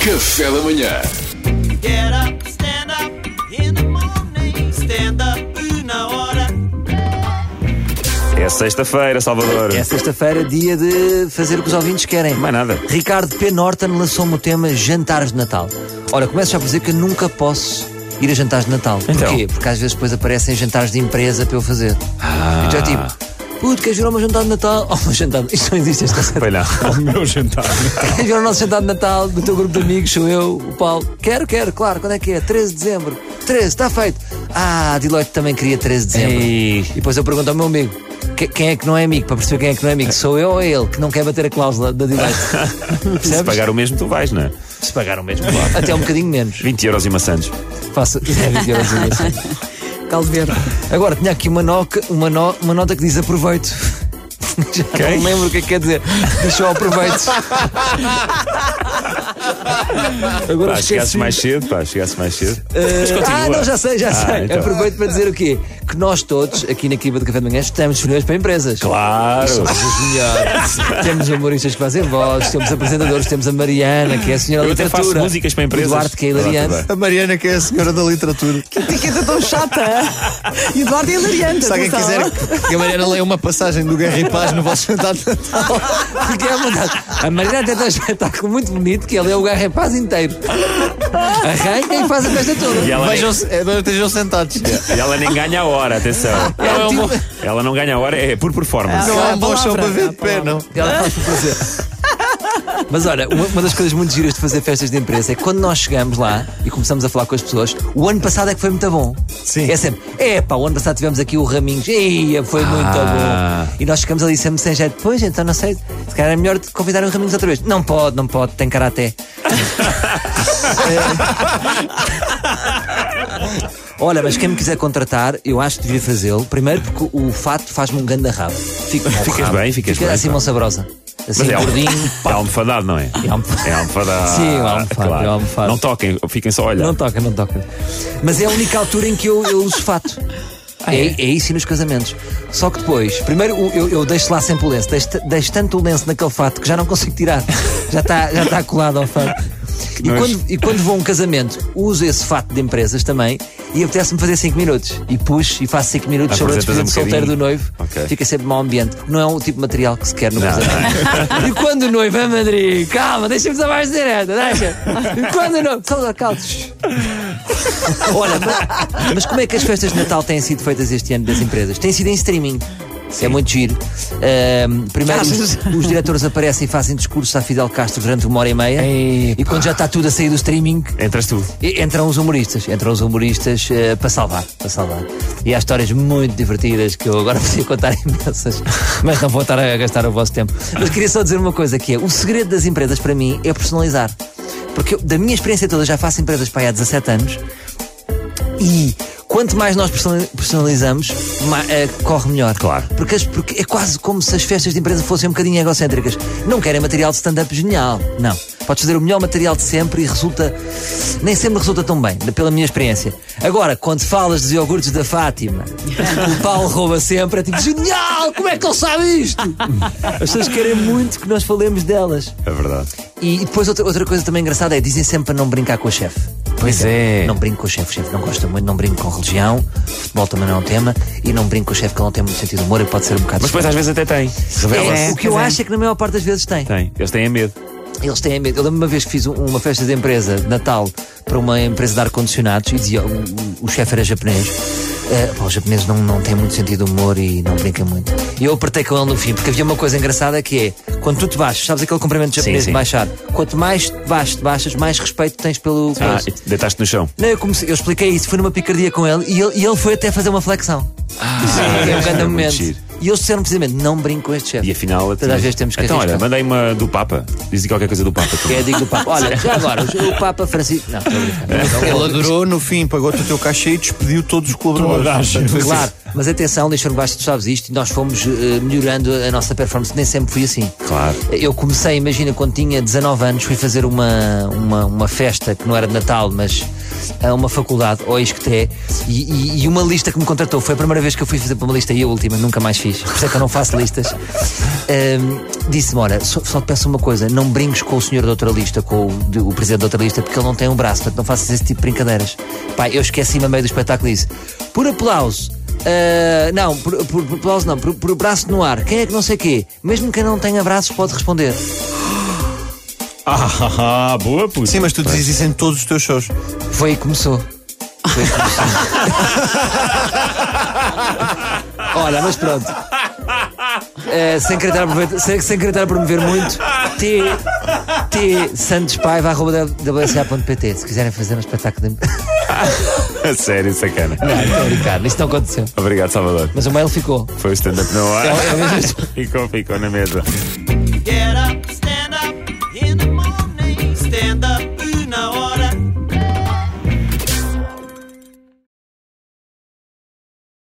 Café da manhã. Get up, stand up in the morning. Stand up na hora. É sexta-feira, Salvador. É sexta-feira, dia de fazer o que os ouvintes querem. Mais nada. Ricardo P. Norton lançou-me o tema Jantares de Natal. Ora, começo já por dizer que eu nunca posso ir a jantares de Natal. Então? Porquê? Porque às vezes depois aparecem jantares de empresa para eu fazer. Ah. E já é tipo, puto, queres vir ao meu jantar de Natal? Oh, meu jantar, isto não existe esta receita. Pois não. O meu jantar. Queres vir ao nosso jantar de Natal do teu grupo de amigos? Sou eu, o Paulo. Quero, quero, claro. Quando é que é? 13 de dezembro. 13, está feito. Ah, a Deloitte também queria 13 de dezembro. Ei. E depois eu pergunto ao meu amigo: "Que- quem é que não é amigo? Para perceber quem é que não é amigo, sou eu ou é ele que não quer bater a cláusula da Deloitte? Se Percebes? pagar o mesmo, tu vais, não é? Se pagar o mesmo, claro. Até um bocadinho menos. 20 euros e maçãs. Faça. é, 20 euros a mais. Caldo verde. Agora, tinha aqui uma, noca, uma, no- uma nota que diz aproveito. Já Quem? não lembro o que é que quer dizer. Deixou aproveito. Agora Pá, chegasse esqueci. mais cedo, pá, chegasse mais cedo. Ah, não, já sei, já sei. então. Aproveito para dizer o quê? Que nós todos, aqui na equipa do Café de Manhã, estamos disponíveis para empresas. Claro. Os melhores. temos humoristas que fazem vozes, temos apresentadores, temos a Mariana, que é a senhora Eu da até faço literatura. músicas para empresas. O Duarte, que é Olá, hilariante. tudo A Mariana, que é a senhora da literatura. Que etiqueta tão chata. E Eduardo é hilariante. Se alguém atenção. quiser que- que a Mariana leia uma passagem do Guerra e Paz no vosso jantar de Natal. Porque é a verdade. A Mariana tem um espetáculo muito bonito que ele é o garra paz inteiro. Arranca e faz a festa E toda. ela, nem, Vejam-se, é, estejam sentados. e ela nem ganha a hora, atenção. É um tipo- Ela não ganha a hora, é por performance. Não Não, há a um bom chão palavra, para ver a de pé, palavra. não. Ela faz por prazer. Mas olha, uma, uma das coisas muito giras de fazer festas de empresa é que quando nós chegamos lá e começamos a falar com as pessoas, o ano passado é que foi muito bom. Sim. É sempre, é pá, o ano passado tivemos aqui o Raminhos, eia, foi Ah. muito bom. E nós chegamos ali sempre sem jeito, pois então não sei, se calhar é melhor convidar o Raminhos outra vez. Não pode, não pode, tem karaté. Olha, mas quem me quiser contratar, eu acho que devia fazê-lo. Primeiro porque o fato faz-me um ganda rabo. Fico com o Ficas rabo. bem, ficas Fica bem, assim, pá. mão sabrosa. Assim, Mas é, gordinho. é almofadado, não é? É almofadado. É almofadado. Sim, é almofadado, claro. é almofadado. Não toquem, fiquem só a olhar. Não toca, não toca. Mas é a única altura em que eu, eu uso fato. Ah, é? é isso e nos casamentos. Só que depois, primeiro o- eu, eu deixo lá sempre o lenço, deixo, t- deixo tanto o lenço naquele fato que já não consigo tirar. Já está já está colado ao fato. E nojo. quando, e quando vou a um casamento, uso esse fato de empresas também e apetece-me fazer 5 minutos. E puxo e faço 5 minutos sobre a despedida Apresentas um de solteiro do bocadinho. noivo. Ok. Fica sempre mau ambiente, porque não é o tipo de material que se quer no Não, casamento. E quando o noivo, é Madrid, calma, deixa-me só mais direta, deixa. E quando o noivo, só calma. Olha, mas, mas como é que as festas de Natal têm sido feitas este ano das empresas? Têm sido em streaming. É muito giro. Ahm, primeiro, os, os diretores aparecem e fazem discursos a Fidel Castro durante uma hora e meia. E quando já está tudo a sair do streaming, Entras tu. e- Entram os humoristas, entram os humoristas eh, para salvar, para salvar. E há histórias muito divertidas que eu agora podia contar imensas, mas não vou estar a gastar o vosso tempo. Mas queria só dizer uma coisa que é, o segredo das empresas para mim é personalizar. Porque eu, da minha experiência toda, já faço empresas para aí há 17 anos e quanto mais nós personali- personalizamos, ma- eh, corre melhor. Claro. Porque, as- porque é quase como se as festas de empresa fossem um bocadinho egocêntricas. Não querem material de stand-up genial. Não. Podes fazer o melhor material de sempre e resulta. Nem sempre resulta tão bem, pela minha experiência. Agora, quando falas dos iogurtes da Fátima, o Paulo rouba sempre, é tipo genial! Como é que ele sabe isto? As pessoas querem muito que nós falemos delas. É verdade. E depois outra, outra coisa também engraçada é dizem sempre para não brincar com o chefe. Pois Dizem, é. Não brinco com o chefe, o chefe não gosta muito, não brinco com religião, futebol também não é um tema, e não brinco com o chefe que ele não tem muito sentido de humor e pode ser um bocado. Mas depois às vezes até tem. é, Revela-se. o que eu acho é que na maior parte das vezes tem. Tem. Eles têm medo. Eles têm medo. Eu lembro uma vez que fiz um- uma festa de empresa de Natal para uma empresa de ar-condicionados e dizia, o, o- o chefe era japonês. Eh, pá, os japoneses não, não têm muito sentido de humor e não brincam muito. E eu apertei com ele no fim, porque havia uma coisa engraçada que é quando tu te baixas, sabes aquele comprimento japonês sim. de baixar? Quanto mais te baixas, te baixas, mais respeito tens pelo. Ah, coisa. e deitaste no chão. Não, eu, comecei- eu expliquei isso, fui numa picardia com ele e ele, e ele foi até fazer uma flexão. Ah, é um grande muito momento. giro. E eles disseram precisamente: não brinco com este chefe. E afinal. Todas as vezes temos que Então, olha, arriscar. mandei uma do Papa. Diz-lhe qualquer coisa do Papa. Que é digno do Papa. Olha, já agora, o o Papa Francisco. Não, estou a brincar. Ele adorou, no fim, pagou-te o teu cachê e despediu todos os colaboradores. Toda a gente. Portanto, Claro, mas atenção, deixa-me baixo, tu sabes isto, e nós fomos eh, melhorando a nossa performance, nem sempre foi assim. Claro. Eu comecei, imagina, quando tinha 19 anos, fui fazer uma, uma, uma festa que não era de Natal, mas a uma faculdade, ou escoté, e, e, e uma lista que me contratou. Foi a primeira vez que eu fui fazer para uma lista e a última, nunca mais fiz. Por isso é que eu não faço listas. Ahm, Disse-me: Olha, só, só te peço uma coisa, não brinques com o senhor da outra lista, com o, de- o presidente da outra lista, porque ele não tem um braço, portanto não faças esse tipo de brincadeiras. Pá, eu esqueci-me a meio do espetáculo e disse: Por aplauso. Ah, não, por, por, por aplauso não, por, por braço no ar. Quem é que não sei quê? Mesmo quem não tenha braços pode responder. Ah, boa, puta. Sim, mas tu dizes isso em todos os teus shows. Foi aí que começou. Foi aí que começou. Olha, mas pronto. Eh, sem, querer estar a promover, sem, sem querer estar a promover muito, T, T Santos Paiva, arroba wca.pt. Se quiserem fazer um espetáculo de. Estou A sério, sacana. a brincar, isto não aconteceu. Obrigado, Salvador. Mas o mail ficou. Foi o stand-up na É, hora. é mesmo isto. Ficou, ficou na mesa. Get up, stand up in the morning, stand up